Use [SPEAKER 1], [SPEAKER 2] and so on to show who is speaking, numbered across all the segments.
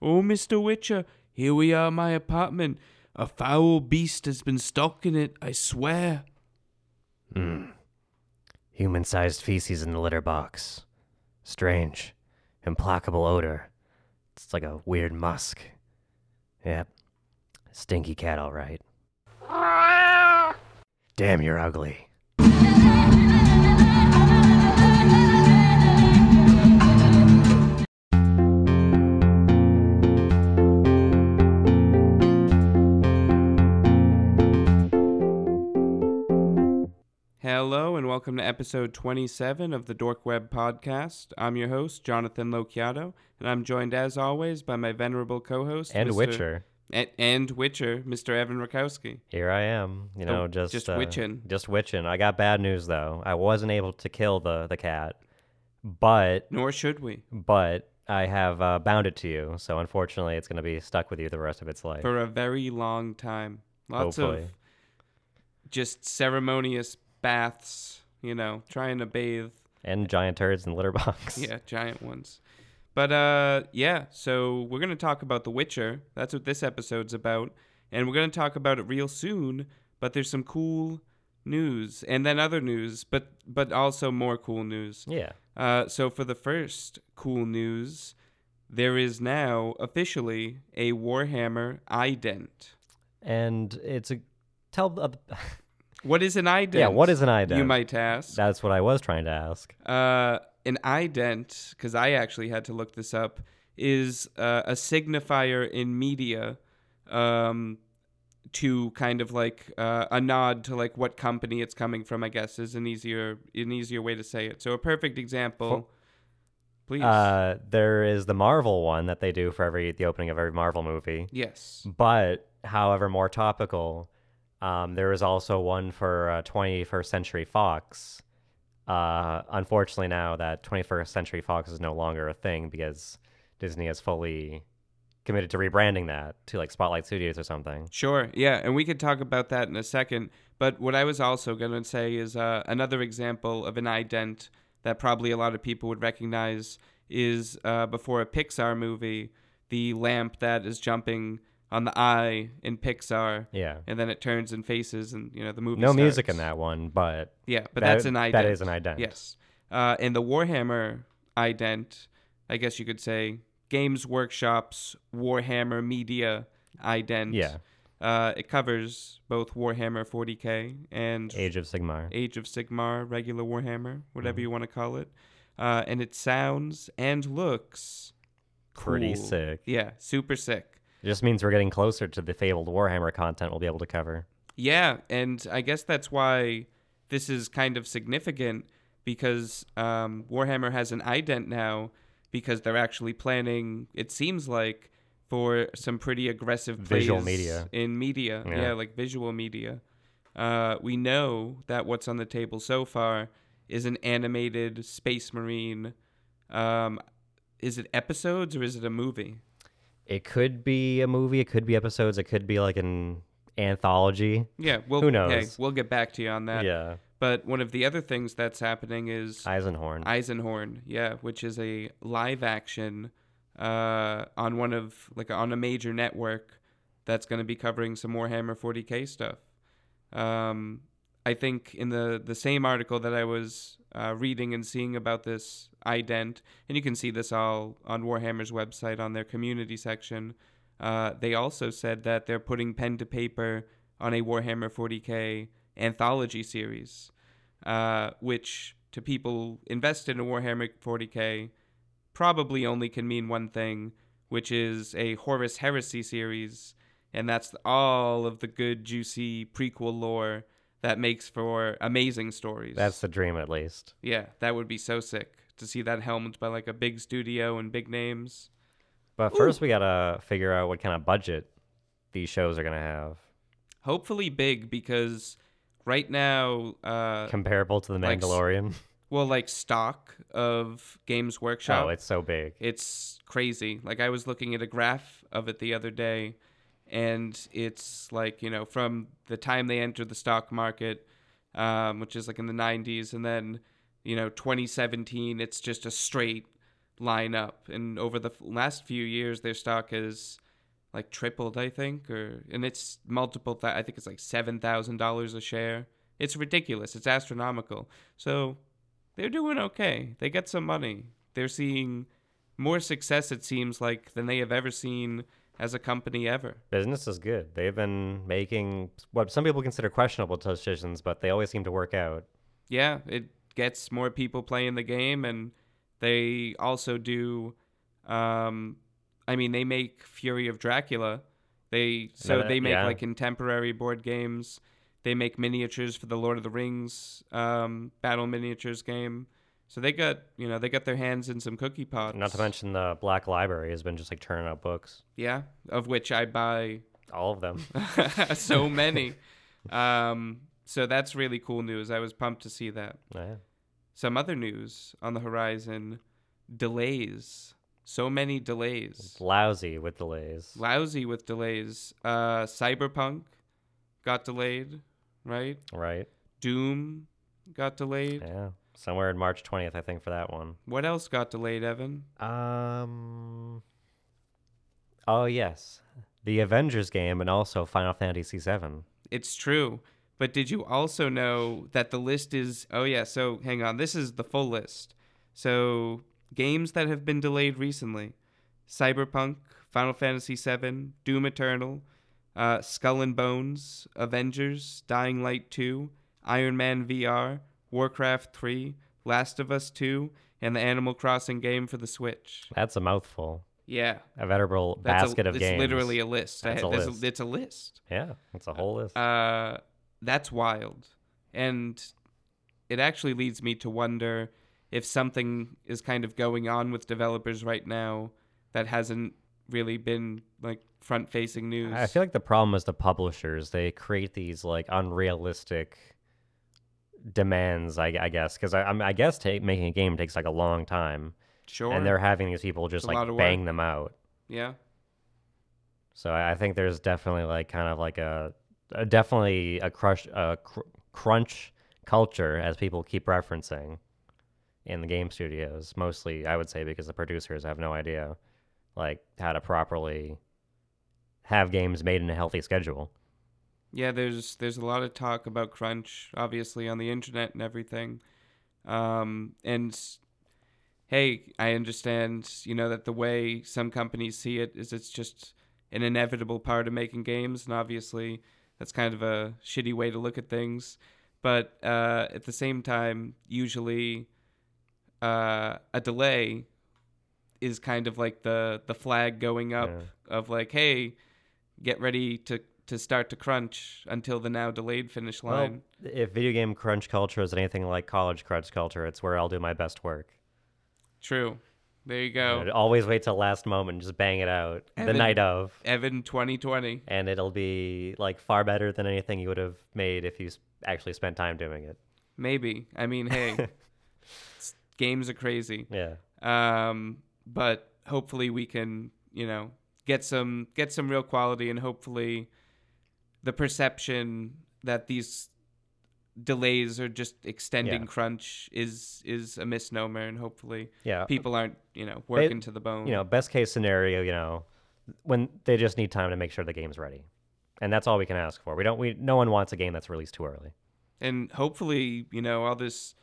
[SPEAKER 1] Oh, Mr. Witcher, here we are, my apartment. A foul beast has been stalking it, I swear.
[SPEAKER 2] Hmm. Human sized feces in the litter box. Strange. Implacable odor. It's like a weird musk. Yep. Stinky cat, all right. Damn, you're ugly.
[SPEAKER 1] Hello, and welcome to episode 27 of the Dork Web Podcast. I'm your host, Jonathan Locchiato, and I'm joined, as always, by my venerable co host
[SPEAKER 2] And Witcher.
[SPEAKER 1] And, and Witcher, Mr. Evan Rakowski.
[SPEAKER 2] Here I am. You know,
[SPEAKER 1] Oh,
[SPEAKER 2] just
[SPEAKER 1] just
[SPEAKER 2] uh,
[SPEAKER 1] witching.
[SPEAKER 2] Just witching. I got bad news though. I wasn't able to kill the the cat, but
[SPEAKER 1] Nor should we,
[SPEAKER 2] but I have uh, bound it to you. So unfortunately, it's gonna be stuck with you the rest of its life.
[SPEAKER 1] for a very long time. Lots
[SPEAKER 2] Hopefully.
[SPEAKER 1] of just ceremonious baths, you know, trying to bathe
[SPEAKER 2] and giant turds in the litter box.
[SPEAKER 1] Yeah, giant ones. But uh yeah, so we're going to talk about The Witcher. That's what this episode's about. And we're going to talk about it real soon, but there's some cool news and then other news, but but also more cool news.
[SPEAKER 2] Yeah.
[SPEAKER 1] Uh so for the first cool news, there is now officially a Warhammer ident.
[SPEAKER 2] And it's a tell. Uh,
[SPEAKER 1] What is an ident?
[SPEAKER 2] yeah. What is an ident?
[SPEAKER 1] You might ask.
[SPEAKER 2] That's what I was trying to ask.
[SPEAKER 1] Uh, an ident, because I actually had to look this up, is uh, a signifier in media um, to kind of like uh, a nod to like what company it's coming from. I guess is an easier an easier way to say it. So a perfect example, please.
[SPEAKER 2] Uh, there is the Marvel one that they do for every the opening of every Marvel movie.
[SPEAKER 1] yes.
[SPEAKER 2] But, however, more topical, um, there is also one for uh, 21st Century Fox. Uh, unfortunately, now that 21st Century Fox is no longer a thing because Disney has fully committed to rebranding that to like Spotlight Studios or something.
[SPEAKER 1] Sure. Yeah, and we could talk about that in a second. But what I was also going to say is uh, another example of an ident that probably a lot of people would recognize is uh, before a Pixar movie, the lamp that is jumping on the eye in Pixar,
[SPEAKER 2] Yeah.
[SPEAKER 1] and then it turns and faces, and you know the movie.
[SPEAKER 2] No music
[SPEAKER 1] starts.
[SPEAKER 2] in that one, but
[SPEAKER 1] Yeah, but
[SPEAKER 2] That-
[SPEAKER 1] that's an ident.
[SPEAKER 2] that is an ident.
[SPEAKER 1] Yes. Uh, and the Warhammer ident, I guess you could say, Games Workshop's Warhammer Media ident.
[SPEAKER 2] Yeah.
[SPEAKER 1] Uh, it covers both Warhammer 40K and
[SPEAKER 2] Age of Sigmar.
[SPEAKER 1] Age of Sigmar, regular Warhammer, whatever
[SPEAKER 2] Mm-hmm.
[SPEAKER 1] you want to call it. Uh, and it sounds and looks
[SPEAKER 2] Pretty
[SPEAKER 1] cool.
[SPEAKER 2] sick.
[SPEAKER 1] Yeah, super sick.
[SPEAKER 2] It just means we're getting closer to the fabled Warhammer content we'll be able to cover.
[SPEAKER 1] Yeah, and I guess that's why this is kind of significant because um, Warhammer has an ident now because they're actually planning. It seems like for some pretty aggressive
[SPEAKER 2] Visual
[SPEAKER 1] plays
[SPEAKER 2] media.
[SPEAKER 1] in media, yeah,
[SPEAKER 2] Yeah.
[SPEAKER 1] like visual media. Uh, we know that what's on the table so far is an animated Space Marine. Um, is it episodes or is it a movie?
[SPEAKER 2] It could be a movie, it could be episodes, it could be like an anthology.
[SPEAKER 1] Yeah, we'll
[SPEAKER 2] Who
[SPEAKER 1] hey,
[SPEAKER 2] knows?
[SPEAKER 1] we'll get back to you on that.
[SPEAKER 2] yeah.
[SPEAKER 1] But one of the other things that's happening is
[SPEAKER 2] Eisenhorn.
[SPEAKER 1] Eisenhorn, yeah, which is a live action uh, on one of like on a major network that's going to be covering some Warhammer 40k stuff. Um, I think in the the same article that I was uh, reading and seeing about this ident, and you can see this all on Warhammer's website on their community section. Uh, they also said that they're putting pen to paper on a Warhammer 40k anthology series uh, which to people invested in Warhammer 40k probably only can mean one thing, which is a Horus Heresy series, and that's all of the good, juicy prequel lore that makes for amazing stories.
[SPEAKER 2] That's the dream, at least.
[SPEAKER 1] yeah, that would be so sick to see that helmed by like a big studio and big names.
[SPEAKER 2] But first, we gotta figure out what kind of budget these shows are gonna have,
[SPEAKER 1] Hopefully big because right now, uh,
[SPEAKER 2] comparable to the
[SPEAKER 1] like s-
[SPEAKER 2] Mandalorian.
[SPEAKER 1] well, like stock of Games Workshop.
[SPEAKER 2] oh, it's so big.
[SPEAKER 1] It's crazy. Like I was looking at a graph of it the other day, and it's like you know from the time they entered the stock market, um, which is like in the '90s, and then you know 2017, it's just a straight line up. And over the f- last few years, their stock has like tripled, I think, or and it's multiple. Th- I think it's like seven thousand dollars a share. It's ridiculous. It's astronomical. So they're doing okay. They get some money. They're seeing more success. It seems like than they have ever seen as a company ever.
[SPEAKER 2] Business is good. They've been making what some people consider questionable decisions, but they always seem to work out.
[SPEAKER 1] yeah, it gets more people playing the game, and they also do. Um, I mean, they make Fury of Dracula. They so
[SPEAKER 2] Another-
[SPEAKER 1] they make
[SPEAKER 2] yeah.
[SPEAKER 1] like contemporary board games. They make miniatures for the Lord of the Rings um, battle miniatures game. So they got you know they got their hands in some cookie pots.
[SPEAKER 2] Not to mention the Black Library has been just like turning out books,
[SPEAKER 1] yeah, of which I buy
[SPEAKER 2] all of them.
[SPEAKER 1] so many. um, so that's really cool news. I was pumped to see that.
[SPEAKER 2] yeah.
[SPEAKER 1] Some other news on the horizon delays. So many delays.
[SPEAKER 2] It's lousy with delays.
[SPEAKER 1] Lousy with delays. Uh, Cyberpunk got delayed, right?
[SPEAKER 2] Right.
[SPEAKER 1] Doom got delayed.
[SPEAKER 2] Yeah. Somewhere in March 20th, I think, for that one.
[SPEAKER 1] What else got delayed, Evan?
[SPEAKER 2] Um. Oh yes, the Avengers game and also Final Fantasy VII.
[SPEAKER 1] It's true. But did you also know that the list is. Oh, yeah. So hang on. This is the full list. So games that have been delayed recently Cyberpunk, Final Fantasy VII, Doom Eternal, uh, Skull and Bones, Avengers, Dying Light 2, Iron Man VR, Warcraft 3, Last of Us 2, and the Animal Crossing game for the Switch.
[SPEAKER 2] That's a mouthful.
[SPEAKER 1] Yeah.
[SPEAKER 2] A veritable
[SPEAKER 1] that's a-
[SPEAKER 2] basket of
[SPEAKER 1] it's
[SPEAKER 2] games.
[SPEAKER 1] literally a list. I
[SPEAKER 2] That's
[SPEAKER 1] had-
[SPEAKER 2] a
[SPEAKER 1] there's
[SPEAKER 2] list.
[SPEAKER 1] it's a list.
[SPEAKER 2] Yeah, it's a whole list.
[SPEAKER 1] Uh, that's wild. And it actually leads me to wonder if something is kind of going on with developers right now that hasn't really been like front facing news.
[SPEAKER 2] I feel like the problem is the publishers. They create these like unrealistic demands. I, I guess because I, I'm- I guess ta- making a game takes like a long time,
[SPEAKER 1] sure.
[SPEAKER 2] and they're having these people just
[SPEAKER 1] a
[SPEAKER 2] like
[SPEAKER 1] lot of work.
[SPEAKER 2] bang them out.
[SPEAKER 1] yeah.
[SPEAKER 2] So I I think there's definitely like kind of like a, a definitely a crush a cr- crunch culture as people keep referencing in the game studios. Mostly, I would say because the producers have no idea like how to properly have games made in a healthy schedule.
[SPEAKER 1] Yeah, there's there's a lot of talk about crunch, obviously, on the internet and everything. Um, and hey, I understand, you know, that the way some companies see it is it's just an inevitable part of making games, and obviously that's kind of a shitty way to look at things. But uh, at the same time, usually uh, a delay is kind of like the the flag going up of like, hey, get ready to to start to crunch until the now delayed finish line.
[SPEAKER 2] Well, if video game crunch culture is anything like college crunch culture, it's where I'll do my best work.
[SPEAKER 1] True. There you
[SPEAKER 2] You
[SPEAKER 1] go.
[SPEAKER 2] know, always wait till last moment and just bang it out
[SPEAKER 1] And
[SPEAKER 2] the
[SPEAKER 1] then-
[SPEAKER 2] night of.
[SPEAKER 1] Evan 2020.
[SPEAKER 2] and it'll be like far better than anything you would have made if you s- actually spent time doing it.
[SPEAKER 1] Maybe. I mean, hey, s- games are crazy.
[SPEAKER 2] Yeah.
[SPEAKER 1] Um, but hopefully we can, you know, get some get some real quality and hopefully the perception that these delays are just extending
[SPEAKER 2] Yeah.
[SPEAKER 1] crunch is is a misnomer and hopefully
[SPEAKER 2] Yeah.
[SPEAKER 1] people aren't, you know, working to the bone.
[SPEAKER 2] Uh, You know, best case scenario, you know, when they just need time to make sure the game's ready. And that's all we can ask for. We don't we no one wants a game that's released too early.
[SPEAKER 1] and hopefully you know all this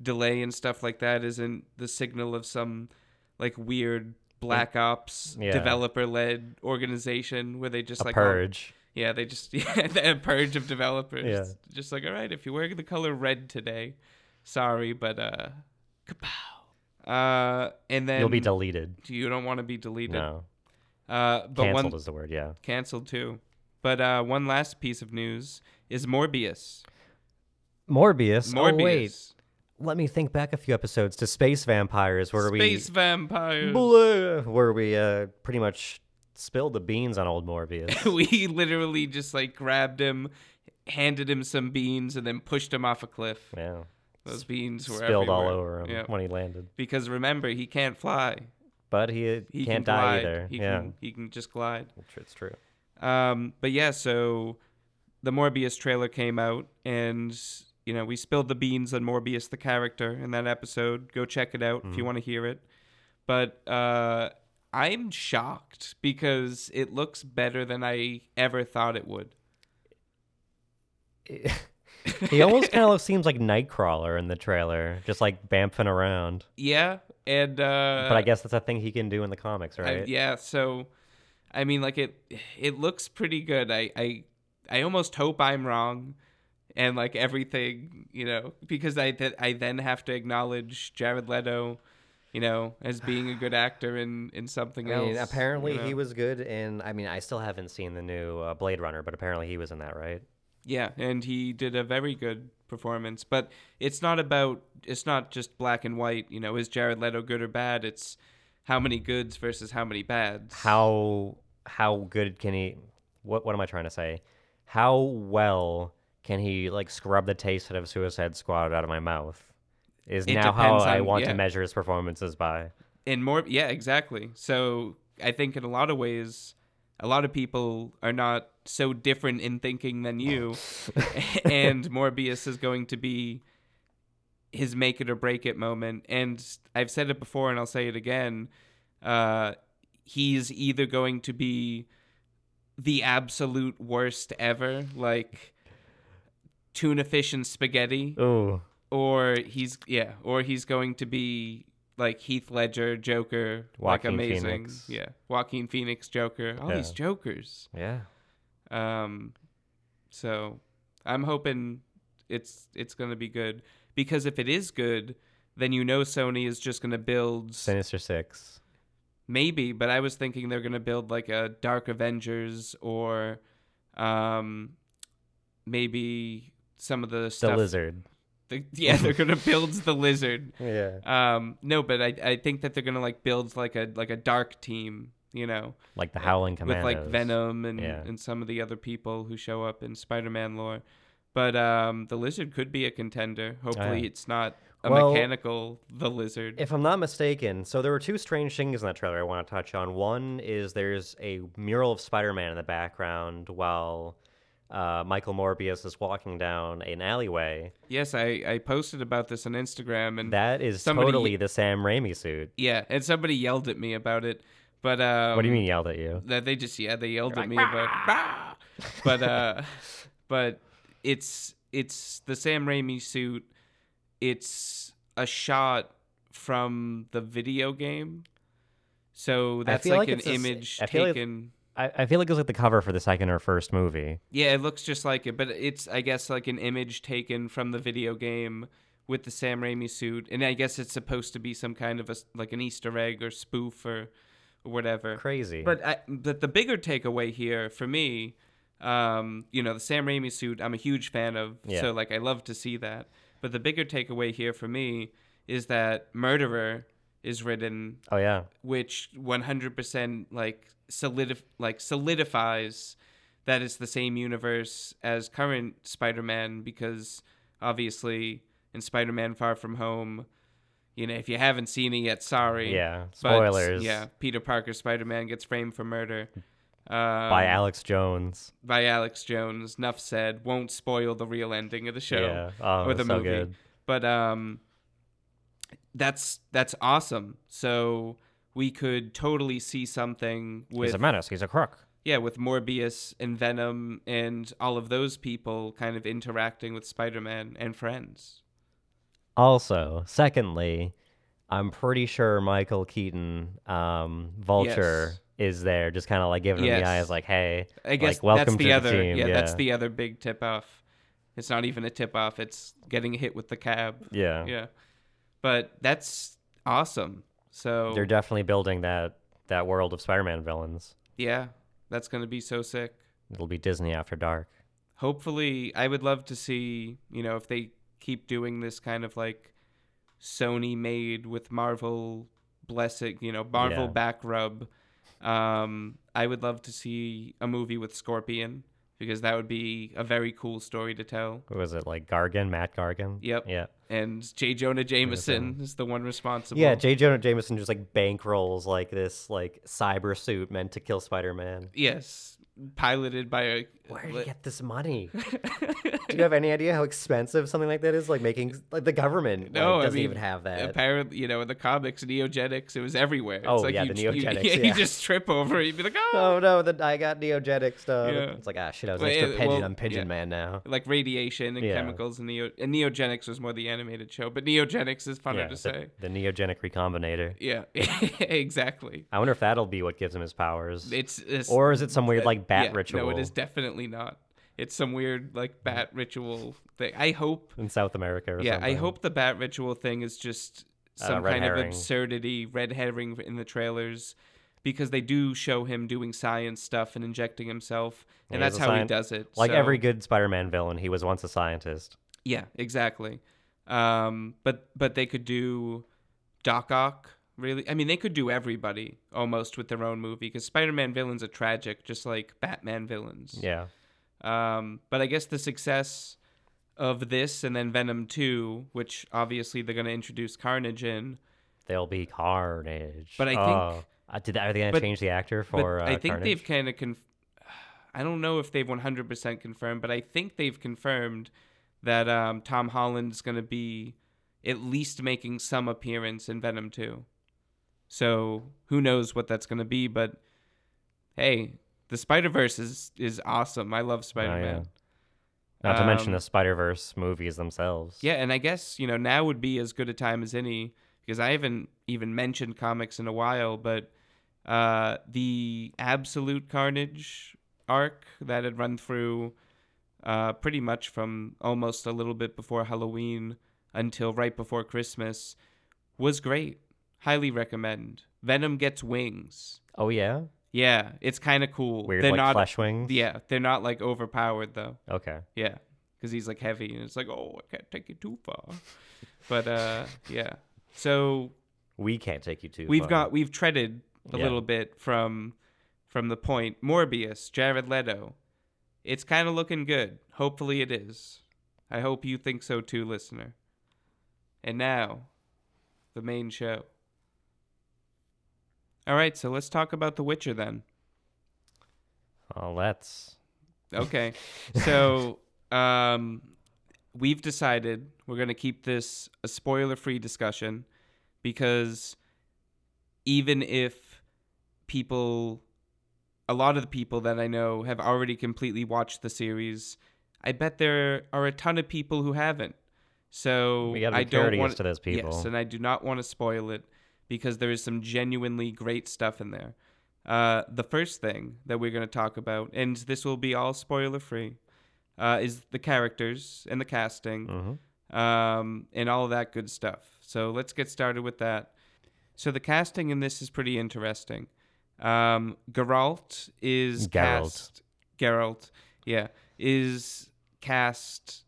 [SPEAKER 1] delay and stuff like that isn't the signal of some like weird black ops
[SPEAKER 2] Yeah.
[SPEAKER 1] developer led organization where they just
[SPEAKER 2] A
[SPEAKER 1] like all-
[SPEAKER 2] purge.
[SPEAKER 1] yeah they just yeah a purge of developers
[SPEAKER 2] Yeah.
[SPEAKER 1] just like all right if you wear the color red today sorry but uh kapow uh and then
[SPEAKER 2] You'll be deleted.
[SPEAKER 1] you don't want to be deleted
[SPEAKER 2] No.
[SPEAKER 1] uh but
[SPEAKER 2] Cancelled
[SPEAKER 1] one
[SPEAKER 2] is the word, yeah.
[SPEAKER 1] canceled too but uh one last piece of news is morbius
[SPEAKER 2] Morbius.
[SPEAKER 1] morbius
[SPEAKER 2] Oh, wait. Let me think back a few episodes to Space Vampires where
[SPEAKER 1] space
[SPEAKER 2] we
[SPEAKER 1] vampires
[SPEAKER 2] Blah, where we uh, pretty much spilled the beans on old Morbius.
[SPEAKER 1] we literally just like grabbed him, handed him some beans, and then pushed him off a cliff.
[SPEAKER 2] yeah.
[SPEAKER 1] Those beans were
[SPEAKER 2] Spilled all
[SPEAKER 1] everywhere.
[SPEAKER 2] over him
[SPEAKER 1] Yeah.
[SPEAKER 2] when he landed.
[SPEAKER 1] Because remember, he can't fly.
[SPEAKER 2] but he, uh,
[SPEAKER 1] He
[SPEAKER 2] can't
[SPEAKER 1] can
[SPEAKER 2] die
[SPEAKER 1] glide.
[SPEAKER 2] either.
[SPEAKER 1] He
[SPEAKER 2] yeah,
[SPEAKER 1] can, he can just glide.
[SPEAKER 2] It's- it's true.
[SPEAKER 1] Um, but yeah, so the Morbius trailer came out, and you
[SPEAKER 2] Mm-hmm.
[SPEAKER 1] know we spilled the beans on Morbius the character in that episode. Go check it out if you want to hear it. but uh, I'm shocked because it looks better than I ever thought it would.
[SPEAKER 2] he almost kind of seems like Nightcrawler in the trailer, just like bamfing around.
[SPEAKER 1] Yeah, and uh,
[SPEAKER 2] but I guess that's a thing he can do in the comics,
[SPEAKER 1] I-
[SPEAKER 2] right?
[SPEAKER 1] yeah, so I mean, like it, it looks pretty good. I, I, I almost hope I'm wrong, and like everything, you know, because I th- I then have to acknowledge Jared Leto, you know, as being a good actor in in something
[SPEAKER 2] I mean,
[SPEAKER 1] else.
[SPEAKER 2] apparently
[SPEAKER 1] you know?
[SPEAKER 2] he was good in. I mean, I still haven't seen the new uh, Blade Runner, but apparently he was in that, right?
[SPEAKER 1] Yeah, and he did a very good performance. But it's not about it's not just black and white, you know, is Jared Leto good or bad? It's how many goods versus how many bads.
[SPEAKER 2] How how good can he? What what am I trying to say? How well can he like scrub the taste out of Suicide Squad out of my mouth? Is
[SPEAKER 1] It
[SPEAKER 2] now how
[SPEAKER 1] depends
[SPEAKER 2] I
[SPEAKER 1] on-
[SPEAKER 2] want
[SPEAKER 1] yeah.
[SPEAKER 2] to measure his performances by.
[SPEAKER 1] and more yeah, exactly. So I think in a lot of ways a lot of people are not so different in thinking than you and Morbius is going to be his make it or break it moment. And I've said it before and I'll say it again. Uh, he's either going to be the absolute worst ever, like tuna fish and spaghetti,
[SPEAKER 2] Ooh,
[SPEAKER 1] or he's yeah, or he's going to be like Heath Ledger, Joker,
[SPEAKER 2] Joaquin
[SPEAKER 1] like amazing.
[SPEAKER 2] Phoenix.
[SPEAKER 1] Yeah. Joaquin Phoenix, Joker. All
[SPEAKER 2] Yeah.
[SPEAKER 1] these jokers.
[SPEAKER 2] yeah.
[SPEAKER 1] Um, so I'm hoping it's it's gonna be good because if it is good, then you know Sony is just gonna build
[SPEAKER 2] Sinister Six.
[SPEAKER 1] maybe. But I was thinking they're gonna build like a Dark Avengers or um, maybe some of the
[SPEAKER 2] The
[SPEAKER 1] stuff.
[SPEAKER 2] Lizard.
[SPEAKER 1] the- yeah, they're gonna build the lizard.
[SPEAKER 2] Yeah.
[SPEAKER 1] Um, no, but I I think that they're gonna like build like a like a dark team. You know,
[SPEAKER 2] Like the Howling Commandos.
[SPEAKER 1] with like Venom and,
[SPEAKER 2] Yeah.
[SPEAKER 1] and some of the other people who show up in Spider-Man lore. But um, the lizard could be a contender. Hopefully,
[SPEAKER 2] yeah.
[SPEAKER 1] it's not a
[SPEAKER 2] Well,
[SPEAKER 1] mechanical the lizard.
[SPEAKER 2] If I'm not mistaken, so there were two strange things in that trailer I want to touch on. One is there's a mural of Spider-Man in the background while uh, Michael Morbius is walking down an alleyway.
[SPEAKER 1] yes, I, I posted about this on Instagram, and
[SPEAKER 2] That is
[SPEAKER 1] Somebody-
[SPEAKER 2] totally the Sam Raimi suit.
[SPEAKER 1] yeah, and somebody yelled at me about it. But um,
[SPEAKER 2] what do you mean yelled at you?
[SPEAKER 1] That they just yeah they yelled at me about "Bah!" but uh, but it's it's the Sam Raimi suit. It's a shot from the video game. So that's
[SPEAKER 2] feel
[SPEAKER 1] like,
[SPEAKER 2] like
[SPEAKER 1] an
[SPEAKER 2] it's a s-
[SPEAKER 1] image
[SPEAKER 2] I feel like-
[SPEAKER 1] taken.
[SPEAKER 2] I, I feel like it was like the cover for the second or first movie.
[SPEAKER 1] yeah, it looks just like it, but it's I guess like an image taken from the video game with the Sam Raimi suit, and I guess it's supposed to be some kind of a s- like an Easter egg or spoof or, or whatever.
[SPEAKER 2] Crazy.
[SPEAKER 1] But I, but the bigger takeaway here for me, um, you know, the Sam Raimi suit, I'm a huge fan of,
[SPEAKER 2] Yeah.
[SPEAKER 1] so like I love to see that. But the bigger takeaway here for me is that murderer is written,
[SPEAKER 2] oh yeah,
[SPEAKER 1] which 100% like solidif- like solidifies that it's the same universe as current Spider-Man because obviously in Spider-Man Far From Home, you know, if you haven't seen it yet, sorry.
[SPEAKER 2] yeah.
[SPEAKER 1] But,
[SPEAKER 2] Spoilers.
[SPEAKER 1] yeah, Peter Parker, Spider Man gets framed for murder. Um,
[SPEAKER 2] By Alex Jones.
[SPEAKER 1] by Alex Jones. Nuff said, won't spoil the real ending of the show
[SPEAKER 2] Yeah. Oh,
[SPEAKER 1] or the
[SPEAKER 2] so
[SPEAKER 1] movie.
[SPEAKER 2] good.
[SPEAKER 1] But um, that's that's awesome. So we could totally see something
[SPEAKER 2] He's
[SPEAKER 1] with
[SPEAKER 2] a menace. He's a crook.
[SPEAKER 1] yeah with Morbius and Venom and all of those people kind of interacting with Spider Man and friends.
[SPEAKER 2] Also, secondly, I'm pretty sure Michael Keaton, um, Vulture,
[SPEAKER 1] Yes.
[SPEAKER 2] is there, just kind of like giving him
[SPEAKER 1] Yes.
[SPEAKER 2] the eyes, like, "Hey,
[SPEAKER 1] I guess
[SPEAKER 2] welcome
[SPEAKER 1] that's
[SPEAKER 2] to
[SPEAKER 1] the
[SPEAKER 2] the
[SPEAKER 1] other.
[SPEAKER 2] team,
[SPEAKER 1] yeah, that's
[SPEAKER 2] yeah.
[SPEAKER 1] the other big tip off. It's not even a tip off. It's getting hit with the cab.
[SPEAKER 2] yeah,
[SPEAKER 1] Yeah, but that's awesome. So
[SPEAKER 2] they're definitely building that that world of Spider-Man villains."
[SPEAKER 1] yeah, that's gonna be so sick.
[SPEAKER 2] It'll be Disney after dark.
[SPEAKER 1] Hopefully, I would love to see you know if they keep doing this kind of like Sony made with Marvel blessing, you know, Marvel
[SPEAKER 2] Yeah.
[SPEAKER 1] back rub. Um, I would love to see a movie with Scorpion because that would be a very cool story to tell.
[SPEAKER 2] What was it like Gargan, Matt Gargan?
[SPEAKER 1] Yep.
[SPEAKER 2] Yeah.
[SPEAKER 1] and J. Jonah Jameson is the one responsible.
[SPEAKER 2] Yeah, J. Jonah Jameson just like bankrolls like this like cyber suit meant to kill Spider Man.
[SPEAKER 1] yes, piloted by a.
[SPEAKER 2] Where did you get this money? Do you have any idea how expensive something like that is? Like making like the government
[SPEAKER 1] No,
[SPEAKER 2] like,
[SPEAKER 1] I
[SPEAKER 2] doesn't
[SPEAKER 1] mean,
[SPEAKER 2] even have that.
[SPEAKER 1] Apparently, you know, in the comics, neogenics, it was everywhere. It's
[SPEAKER 2] Oh,
[SPEAKER 1] like
[SPEAKER 2] yeah,
[SPEAKER 1] you,
[SPEAKER 2] the
[SPEAKER 1] you-
[SPEAKER 2] neogenics,
[SPEAKER 1] yeah,
[SPEAKER 2] yeah.
[SPEAKER 1] you just trip over, it, you'd be like, oh,
[SPEAKER 2] oh no, the, I got neogenic stuff.
[SPEAKER 1] Yeah.
[SPEAKER 2] It's like ah shit, I was
[SPEAKER 1] Well,
[SPEAKER 2] next to a
[SPEAKER 1] yeah,
[SPEAKER 2] pigeon.
[SPEAKER 1] well,
[SPEAKER 2] I'm pigeon
[SPEAKER 1] yeah.
[SPEAKER 2] man now.
[SPEAKER 1] like radiation and
[SPEAKER 2] Yeah.
[SPEAKER 1] chemicals and, neo- and neogenics was more the animated show but neogenics is funner
[SPEAKER 2] yeah,
[SPEAKER 1] to
[SPEAKER 2] the,
[SPEAKER 1] say
[SPEAKER 2] the neogenic recombinator.
[SPEAKER 1] yeah exactly
[SPEAKER 2] I wonder if that'll be what gives him his powers,
[SPEAKER 1] it's, it's
[SPEAKER 2] or is it some weird like bat
[SPEAKER 1] yeah,
[SPEAKER 2] ritual
[SPEAKER 1] no it is definitely not it's some weird like bat ritual thing i hope
[SPEAKER 2] in South America? Or
[SPEAKER 1] yeah i
[SPEAKER 2] something?
[SPEAKER 1] hope the bat ritual thing is just
[SPEAKER 2] Uh,
[SPEAKER 1] some
[SPEAKER 2] red
[SPEAKER 1] kind of
[SPEAKER 2] herring.
[SPEAKER 1] absurdity red herring in the trailers because they do show him doing science stuff and injecting himself and
[SPEAKER 2] Yeah, he's
[SPEAKER 1] that's
[SPEAKER 2] a
[SPEAKER 1] how he
[SPEAKER 2] scien-
[SPEAKER 1] does it
[SPEAKER 2] Like
[SPEAKER 1] so-
[SPEAKER 2] every good Spider-Man villain, he was once a scientist.
[SPEAKER 1] Yeah, exactly. Um, but but they could do Doc Ock. Really, I mean, they could do everybody almost with their own movie because Spider-Man villains are tragic, just like Batman villains.
[SPEAKER 2] Yeah.
[SPEAKER 1] Um, but I guess the success of this and then Venom Two, which obviously they're going to introduce Carnage in.
[SPEAKER 2] There'll be carnage.
[SPEAKER 1] But I think-
[SPEAKER 2] Oh. Uh, did are they gonna
[SPEAKER 1] but-
[SPEAKER 2] change the actor for?
[SPEAKER 1] but
[SPEAKER 2] uh,
[SPEAKER 1] I think
[SPEAKER 2] carnage?
[SPEAKER 1] they've kind of conf- I don't know if they've 100% confirmed, but I think they've confirmed that um, Tom Holland's going to be at least making some appearance in Venom 2. So who knows what that's going to be, but hey, the Spider Verse is, is awesome. I
[SPEAKER 2] Oh,
[SPEAKER 1] love Spider Man.
[SPEAKER 2] Not to mention
[SPEAKER 1] Um,
[SPEAKER 2] the Spider Verse movies themselves.
[SPEAKER 1] Yeah, and I guess, you know, now would be as good a time as any because I haven't even mentioned comics in a while, but uh, the Absolute Carnage arc that had run through uh, pretty much from almost a little bit before Halloween until right before Christmas was great. Highly recommend. Venom gets wings.
[SPEAKER 2] Oh yeah.
[SPEAKER 1] Yeah, it's kind of cool.
[SPEAKER 2] Weird
[SPEAKER 1] they're
[SPEAKER 2] like
[SPEAKER 1] not
[SPEAKER 2] flesh wings.
[SPEAKER 1] Yeah, they're not like overpowered though.
[SPEAKER 2] Okay.
[SPEAKER 1] Yeah, because he's like heavy, and it's like, oh, I can't take you too far. But uh, yeah, so
[SPEAKER 2] We can't take you too.
[SPEAKER 1] we've
[SPEAKER 2] far.
[SPEAKER 1] got we've treaded a
[SPEAKER 2] Yeah.
[SPEAKER 1] little bit from from the point Morbius, Jared Leto. It's kind of looking good. Hopefully, it is. I hope you think so too, listener. And now, the main show. All right, so let's talk about The Witcher then.
[SPEAKER 2] Oh, that's
[SPEAKER 1] Okay. So um, we've decided we're going to keep this a spoiler free discussion because even if people, a lot of the people that I know have already completely watched the series, I bet there are a ton of people who haven't. So
[SPEAKER 2] we gotta be
[SPEAKER 1] I don't
[SPEAKER 2] courteous
[SPEAKER 1] want
[SPEAKER 2] to those people.
[SPEAKER 1] Yes, and I do not want to spoil it because there is some genuinely great stuff in there. Uh, the first thing that we're going to talk about, and this will be all spoiler free, uh, is the characters and the casting
[SPEAKER 2] Mhm.
[SPEAKER 1] um, and all that good stuff. So let's get started with that. So the casting in this is pretty interesting. Um, Geralt is
[SPEAKER 2] Geralt.
[SPEAKER 1] cast. Geralt, yeah, is cast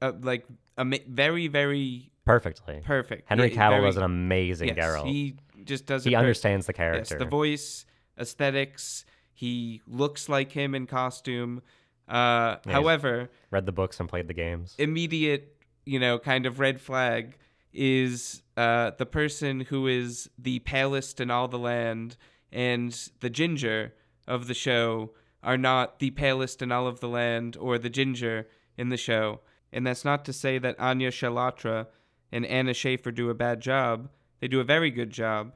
[SPEAKER 1] uh, like ama- very, very
[SPEAKER 2] Perfectly.
[SPEAKER 1] perfect.
[SPEAKER 2] Henry
[SPEAKER 1] Yeah,
[SPEAKER 2] Cavill
[SPEAKER 1] very-
[SPEAKER 2] is an amazing
[SPEAKER 1] yes,
[SPEAKER 2] Geralt. He,
[SPEAKER 1] He just does it. per-
[SPEAKER 2] understands the
[SPEAKER 1] Yes,
[SPEAKER 2] character.
[SPEAKER 1] the voice, aesthetics. He looks like him in costume. Uh,
[SPEAKER 2] he's-
[SPEAKER 1] however,
[SPEAKER 2] Read the books and played the games.
[SPEAKER 1] immediate, you know, kind of red flag is uh, the person who is the palest in all the land and the ginger of the show are not the palest in all of the land or the ginger in the show. And that's not to say that Anya Shalatra and Anna Schaefer do a bad job. They do a very good job.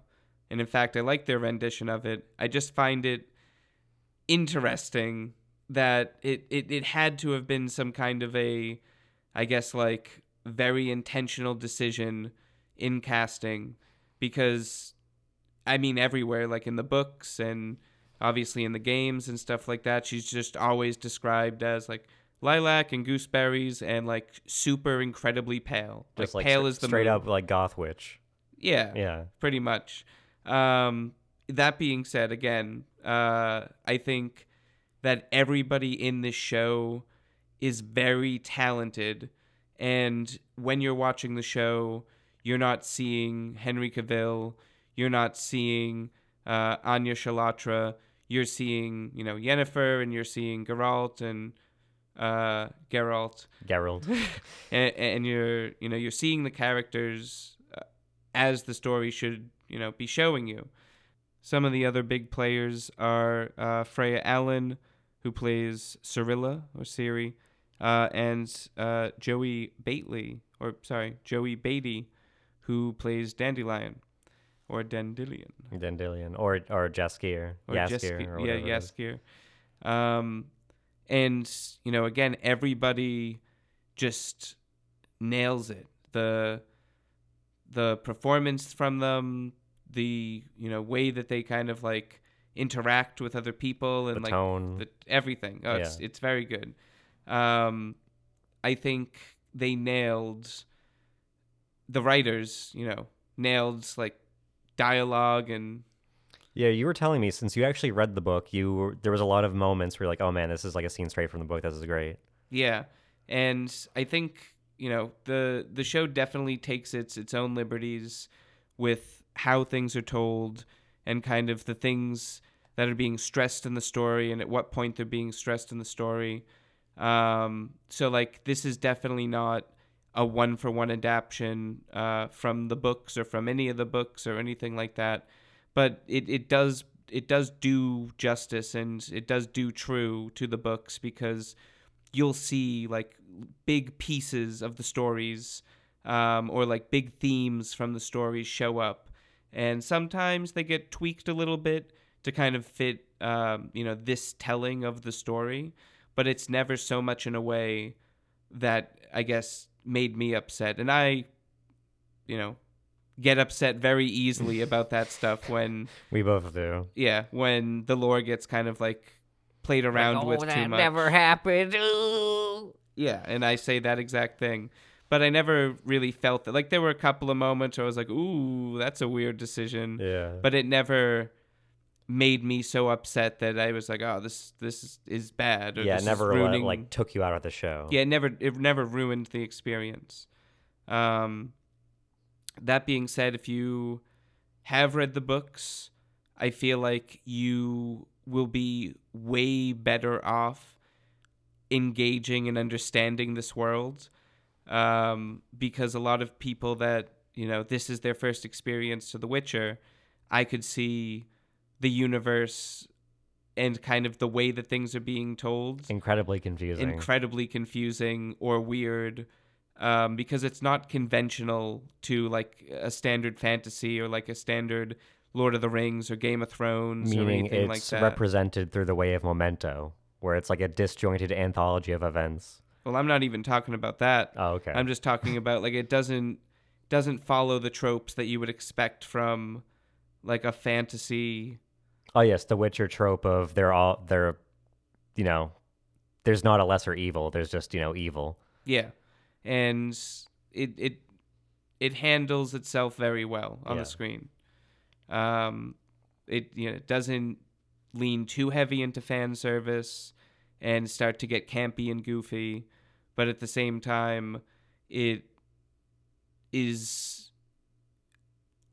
[SPEAKER 1] And in fact, I like their rendition of it. I just find it interesting that it, it, it had to have been some kind of a, I guess, like very intentional decision in casting because, I mean, everywhere, like in the books and obviously in the games and stuff like that, she's just always described as like lilac and gooseberries and like super incredibly pale.
[SPEAKER 2] Just
[SPEAKER 1] like,
[SPEAKER 2] like,
[SPEAKER 1] pale
[SPEAKER 2] stra-
[SPEAKER 1] as the
[SPEAKER 2] straight
[SPEAKER 1] moon.
[SPEAKER 2] up like goth witch.
[SPEAKER 1] Yeah
[SPEAKER 2] Yeah.
[SPEAKER 1] pretty much. Um, that being said, again, uh, I think that everybody in this show is very talented, and when you're watching the show, you're not seeing Henry Cavill, you're not seeing uh, Anya Shalatra, you're seeing you know Yennefer, and you're seeing Geralt and uh, Geralt,
[SPEAKER 2] Geralt.
[SPEAKER 1] and, and you're you know you're seeing the characters uh, as the story should you know be showing you. Some of the other big players are uh, Freya Allen, who plays Cirilla or Siri, uh, and uh, Joey Bately or sorry Joey Beatty, who plays Dandelion or Dandelion
[SPEAKER 2] Dandelion or or Jaskier.
[SPEAKER 1] or
[SPEAKER 2] Jaskier.
[SPEAKER 1] Jeski-
[SPEAKER 2] or
[SPEAKER 1] yeah,
[SPEAKER 2] whatever it is.
[SPEAKER 1] Yaskier. Um, and you know, again, everybody just nails it. The the performance from them, the you know way that they kind of like interact with other people,
[SPEAKER 2] The
[SPEAKER 1] and like
[SPEAKER 2] tone.
[SPEAKER 1] the, everything. Oh, it's it's very good. Um, I think they nailed the writers. You know, nailed like dialogue and
[SPEAKER 2] Yeah, you were telling me since you actually read the book, you were, there was a lot of moments where you're like, "Oh man, this is like a scene straight from the book. This is great."
[SPEAKER 1] Yeah, and I think you know the the show definitely takes its its own liberties with how things are told and kind of the things that are being stressed in the story and at what point they're being stressed in the story. Um, so like this is definitely not a one for one adaptation uh, from the books or from any of the books or anything like that, but it, it does it does do justice and it does do true to the books because you'll see like big pieces of the stories um, or like big themes from the stories show up and sometimes they get tweaked a little bit to kind of fit um, you know this telling of the story but it's never so much in a way that i guess made me upset and i you know get upset very easily about that stuff when
[SPEAKER 2] We both do.
[SPEAKER 1] yeah when the lore gets kind of like played around
[SPEAKER 3] oh,
[SPEAKER 1] with
[SPEAKER 3] that
[SPEAKER 1] too much
[SPEAKER 3] never happened. Ooh.
[SPEAKER 1] yeah, and I say that exact thing. But I never really felt that. Like there were a couple of moments where I was like, "Ooh, that's a weird decision,"
[SPEAKER 2] Yeah.
[SPEAKER 1] Mm. but it never made me so upset that I was like, "Oh, this this is- is bad." Or
[SPEAKER 2] yeah,
[SPEAKER 1] this
[SPEAKER 2] it
[SPEAKER 1] is
[SPEAKER 2] never let-
[SPEAKER 1] ruining-
[SPEAKER 2] like took you out of the show.
[SPEAKER 1] yeah, it never it never ruined the experience. Um, that being said, if you have read the books, I feel like you will be way better off engaging and understanding this world um, because a lot of people that you know this is their first experience to The Witcher, I could see the universe and kind of the way that things are being told
[SPEAKER 2] Incredibly confusing.
[SPEAKER 1] incredibly confusing or weird um, because it's not conventional to like a standard fantasy or like a standard Lord of the Rings or Game of Thrones or
[SPEAKER 2] Meaning
[SPEAKER 1] anything
[SPEAKER 2] it's
[SPEAKER 1] like that.
[SPEAKER 2] represented through the way of memento, where it's like a disjointed anthology of events.
[SPEAKER 1] well, I'm not even talking about that.
[SPEAKER 2] Oh, okay.
[SPEAKER 1] I'm just talking about like it doesn't doesn't follow the tropes that you would expect from like a fantasy.
[SPEAKER 2] oh yes, the Witcher trope of they're all they're, you know, there's not a lesser evil. There's just you know evil.
[SPEAKER 1] Yeah. And it it it handles itself very well on
[SPEAKER 2] Yeah.
[SPEAKER 1] the screen. Um it you know it doesn't lean too heavy into fan service and start to get campy and goofy, but at the same time it is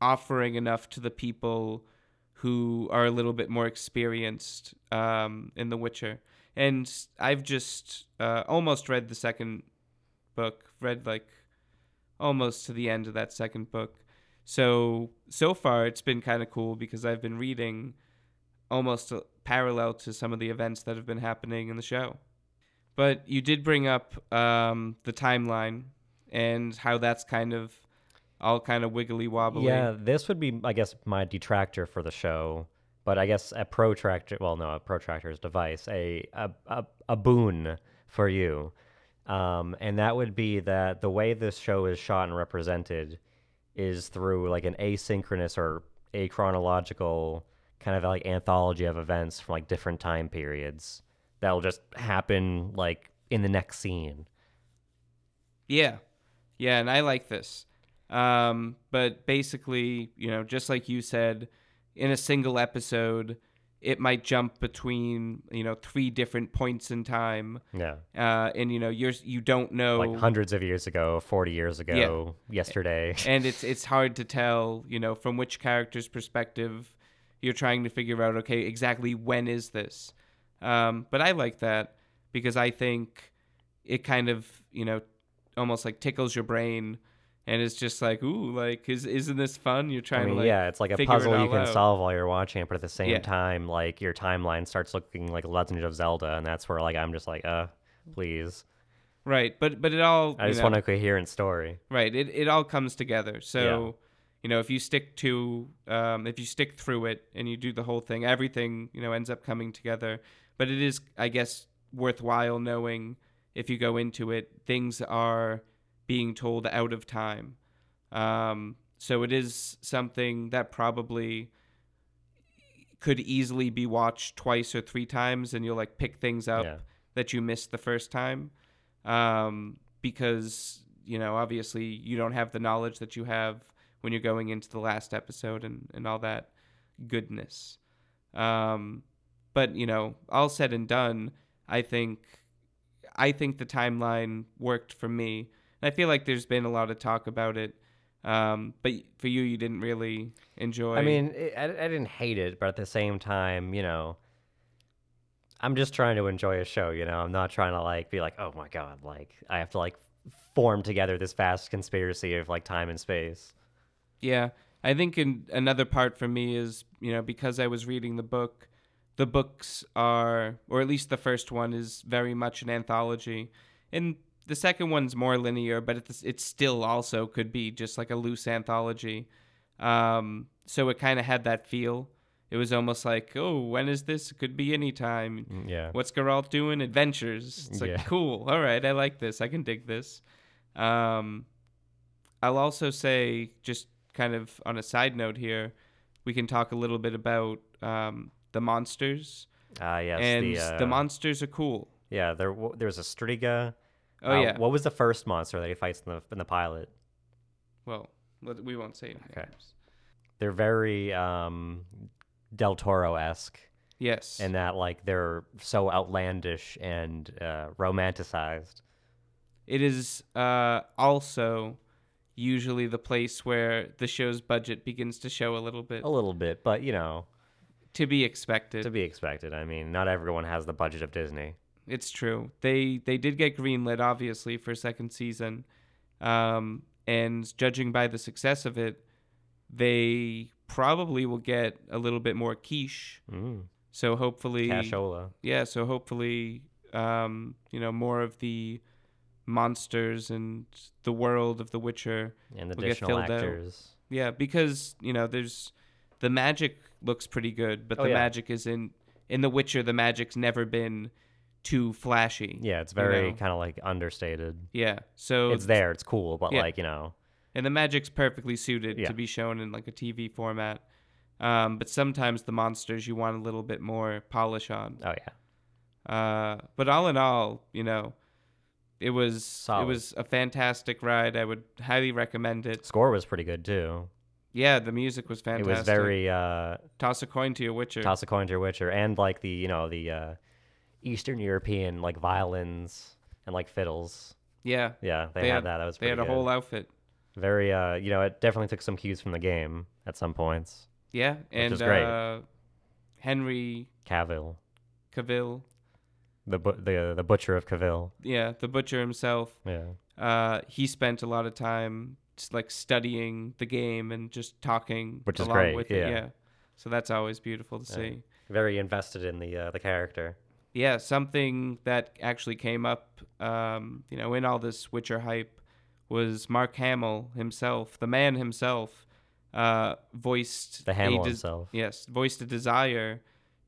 [SPEAKER 1] offering enough to the people who are a little bit more experienced um, in The Witcher. And I've just uh, almost read the second book, read like almost to the end of that second book. So, so far, it's been kind of cool because I've been reading almost uh, parallel to some of the events that have been happening in the show. But you did bring up um, the timeline and how that's kind of all kind of wiggly wobbly.
[SPEAKER 2] Yeah, this would be, I guess, my detractor for the show, but I guess a protractor. Well, no, a protractor's device, a a a, a boon for you, um, and that would be that the way this show is shot and represented is through like an asynchronous or achronological kind of like anthology of events from like different time periods that will just happen like in the next scene.
[SPEAKER 1] Yeah. Yeah, and I like this. Um, but basically, you know, just like you said, in a single episode, it might jump between, you know, three different points in time.
[SPEAKER 2] Yeah.
[SPEAKER 1] Uh, and you know, you're you don't know
[SPEAKER 2] Like hundreds of years ago, 40 years ago, yesterday.
[SPEAKER 1] and it's it's hard to tell, you know, from which character's perspective you're trying to figure out. Okay, exactly when is this? Um, but I like that because I think it kind of you know almost like tickles your brain and it's just like ooh like is isn't this fun? You're trying
[SPEAKER 2] I mean,
[SPEAKER 1] to like
[SPEAKER 2] yeah, it's like a
[SPEAKER 1] figure it
[SPEAKER 2] puzzle you
[SPEAKER 1] all
[SPEAKER 2] can
[SPEAKER 1] out.
[SPEAKER 2] solve while you're watching it, but at the same
[SPEAKER 1] Yeah.
[SPEAKER 2] time, like your timeline starts looking like Legend of Zelda, and that's where like I'm just like, uh, please,
[SPEAKER 1] right, but but it all
[SPEAKER 2] I
[SPEAKER 1] you
[SPEAKER 2] just
[SPEAKER 1] know,
[SPEAKER 2] want a coherent story.
[SPEAKER 1] Right. It it all comes together. So, you know, if you stick to um, if you stick through it and you do the whole thing, everything, you know, ends up coming together. But it is I guess worthwhile knowing if you go into it, things are being told out of time. Um, so it is something that probably could easily be watched twice or three times and you'll like pick things up
[SPEAKER 2] Yeah.
[SPEAKER 1] that you missed the first time um, because you know obviously you don't have the knowledge that you have when you're going into the last episode and, and all that goodness um, but you know all said and done i think i think the timeline worked for me and i feel like there's been a lot of talk about it um, but for you you didn't really enjoy
[SPEAKER 2] I mean, it, I, I didn't hate it, but at the same time, you know, I'm just trying to enjoy a show. You know, I'm not trying to like be like, oh my god, like I have to like form together this vast conspiracy of like time and space.
[SPEAKER 1] Yeah, I think in another part for me is you know because I was reading the book, the books are or at least the first one is very much an anthology, and the second one's more linear, but it's it still also could be just like a loose anthology. Um, so it kind of had that feel. It was almost like, oh, when is this? It could be any time.
[SPEAKER 2] Mm, Yeah,
[SPEAKER 1] What's Geralt doing? Adventures. It's like
[SPEAKER 2] Yeah.
[SPEAKER 1] cool. All right, I like this. I can dig this. Um, I'll also say, just kind of on a side note here, we can talk a little bit about um, the monsters.
[SPEAKER 2] ah, yes,
[SPEAKER 1] and
[SPEAKER 2] the,
[SPEAKER 1] the,
[SPEAKER 2] uh,
[SPEAKER 1] monsters are cool.
[SPEAKER 2] Yeah, there w- there's a Striga.
[SPEAKER 1] Oh
[SPEAKER 2] Uh,
[SPEAKER 1] yeah.
[SPEAKER 2] What was the first monster that he fights in the in the pilot?
[SPEAKER 1] Well, let- we won't say. any
[SPEAKER 2] Okay.
[SPEAKER 1] names.
[SPEAKER 2] They're very um, Del Toro esque
[SPEAKER 1] Yes.
[SPEAKER 2] in that like they're so outlandish and uh, romanticized.
[SPEAKER 1] It is uh, also usually the place where the show's budget begins to show a little bit.
[SPEAKER 2] A little bit, but you know,
[SPEAKER 1] To be expected.
[SPEAKER 2] Oh. to be expected. I mean, not everyone has the budget of Disney.
[SPEAKER 1] It's true. They they did get greenlit, obviously, for a second season, um, and judging by the success of it, they probably will get a little bit more quiche.
[SPEAKER 2] Mm.
[SPEAKER 1] So hopefully,
[SPEAKER 2] Cashola.
[SPEAKER 1] yeah. So hopefully, um, you know, more of the monsters and the world of The Witcher.
[SPEAKER 2] and
[SPEAKER 1] get
[SPEAKER 2] additional
[SPEAKER 1] filled out.
[SPEAKER 2] actors.
[SPEAKER 1] Yeah, because you know, there's the magic looks pretty good, but
[SPEAKER 2] Oh,
[SPEAKER 1] the
[SPEAKER 2] yeah.
[SPEAKER 1] magic isn't in The Witcher. The magic's never been too flashy.
[SPEAKER 2] Yeah, it's
[SPEAKER 1] You
[SPEAKER 2] very
[SPEAKER 1] know.
[SPEAKER 2] kind of like understated.
[SPEAKER 1] Yeah. So
[SPEAKER 2] it's there, it's cool, but
[SPEAKER 1] yeah.
[SPEAKER 2] like you know,
[SPEAKER 1] and the magic's perfectly suited
[SPEAKER 2] Yeah.
[SPEAKER 1] to be shown in like a TV format. Um, but sometimes the monsters you want a little bit more polish on.
[SPEAKER 2] oh yeah,
[SPEAKER 1] Uh, but all in all, you know, it was
[SPEAKER 2] Solid.
[SPEAKER 1] it was a fantastic ride. I would highly recommend it.
[SPEAKER 2] score was pretty good too.
[SPEAKER 1] Yeah, the music was fantastic.
[SPEAKER 2] It was very uh,
[SPEAKER 1] toss a coin to your Witcher.
[SPEAKER 2] toss a coin to your Witcher, and like the you know the uh, Eastern European like violins and like fiddles.
[SPEAKER 1] yeah,
[SPEAKER 2] Yeah, they,
[SPEAKER 1] They
[SPEAKER 2] had,
[SPEAKER 1] had-
[SPEAKER 2] that. That was
[SPEAKER 1] they had
[SPEAKER 2] pretty
[SPEAKER 1] a
[SPEAKER 2] good.
[SPEAKER 1] whole outfit.
[SPEAKER 2] very uh, you know, it definitely took some cues from the game at some points.
[SPEAKER 1] Yeah, and
[SPEAKER 2] is great.
[SPEAKER 1] Uh, Henry
[SPEAKER 2] Cavill,
[SPEAKER 1] Cavill.
[SPEAKER 2] the bu- the the butcher of Cavill.
[SPEAKER 1] Yeah, the butcher himself.
[SPEAKER 2] Yeah,
[SPEAKER 1] uh, he spent a lot of time just, like studying the game and just talking
[SPEAKER 2] Which is
[SPEAKER 1] along
[SPEAKER 2] great,
[SPEAKER 1] with
[SPEAKER 2] yeah.
[SPEAKER 1] it. Yeah. So that's always beautiful to
[SPEAKER 2] Yeah.
[SPEAKER 1] see.
[SPEAKER 2] very invested in the uh, the character.
[SPEAKER 1] Yeah, something that actually came up, um, you know, in all this Witcher hype was Mark Hamill himself, the man himself, uh, voiced
[SPEAKER 2] The
[SPEAKER 1] a
[SPEAKER 2] Hamill
[SPEAKER 1] des-
[SPEAKER 2] himself.
[SPEAKER 1] Yes, voiced a desire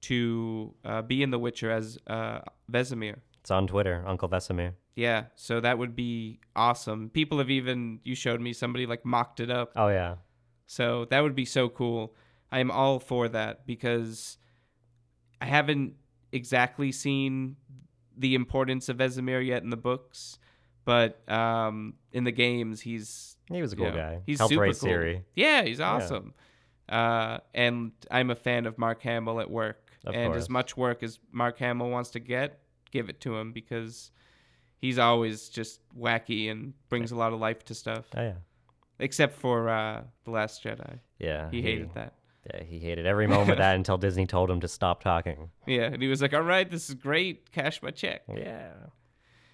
[SPEAKER 1] to uh, be in the Witcher as uh, Vesemir.
[SPEAKER 2] It's on Twitter, Uncle Vesemir.
[SPEAKER 1] Yeah, so that would be awesome. People have even you showed me somebody like mocked it up.
[SPEAKER 2] Oh yeah,
[SPEAKER 1] So that would be so cool. I am all for that because I haven't exactly seen the importance of Vesemir yet in the books, but um, in the games he's
[SPEAKER 2] he was a cool
[SPEAKER 1] Yeah,
[SPEAKER 2] guy.
[SPEAKER 1] he's
[SPEAKER 2] Helped
[SPEAKER 1] super
[SPEAKER 2] raise
[SPEAKER 1] cool.
[SPEAKER 2] Siri.
[SPEAKER 1] yeah he's awesome. Uh, and I'm a fan of Mark Hamill at work,
[SPEAKER 2] Of
[SPEAKER 1] and
[SPEAKER 2] course.
[SPEAKER 1] as much work as Mark Hamill wants to get, give it to him because he's always just wacky and brings a lot of life to stuff.
[SPEAKER 2] Oh yeah,
[SPEAKER 1] Except for uh, the Last Jedi,
[SPEAKER 2] yeah.
[SPEAKER 1] he hated that.
[SPEAKER 2] Yeah, he hated every moment of that until Disney told him to stop talking.
[SPEAKER 1] Yeah, and he was like, "All right, this is great. Cash my check."
[SPEAKER 2] Yeah.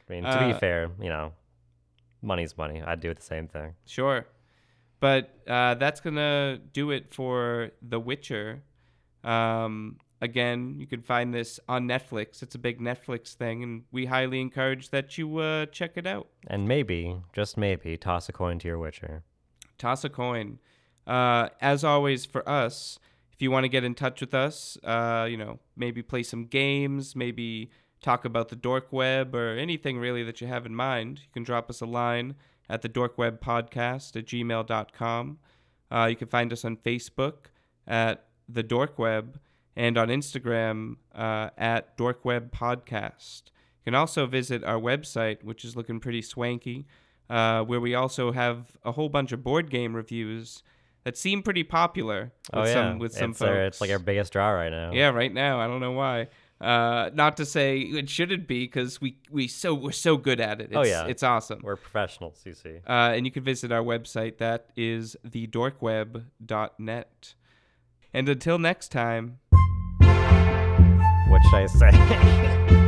[SPEAKER 2] I mean, to be
[SPEAKER 1] Uh,
[SPEAKER 2] fair, you know, money's money. I'd do the same thing.
[SPEAKER 1] Sure. But uh, that's going to do it for The Witcher. Um, again, you can find this on Netflix. It's a big Netflix thing, and we highly encourage that you uh, check it out.
[SPEAKER 2] And maybe, just maybe, toss a coin to your Witcher.
[SPEAKER 1] Toss a coin. Uh, as always, for us, if you want to get in touch with us, uh, you know, maybe play some games, maybe talk about the dork web or anything really that you have in mind, you can drop us a line at the dorkwebpodcast at gmail.com. Uh, you can find us on Facebook at the Dork Web and on Instagram uh, at Dork Web Podcast. You can also visit our website, which is looking pretty swanky, uh, where we also have a whole bunch of board game reviews that seem pretty popular with
[SPEAKER 2] oh yeah,
[SPEAKER 1] some with some
[SPEAKER 2] it's,
[SPEAKER 1] folks.
[SPEAKER 2] our- it's like our biggest draw right now.
[SPEAKER 1] Yeah, right now. I don't know why. Uh, not to say it shouldn't be because we we so we're so good at it. It's,
[SPEAKER 2] Oh, yeah.
[SPEAKER 1] it's awesome.
[SPEAKER 2] we're professionals, you see.
[SPEAKER 1] Uh, and you can visit our website. That is thedorkweb.net. And until next time.
[SPEAKER 2] What should I say?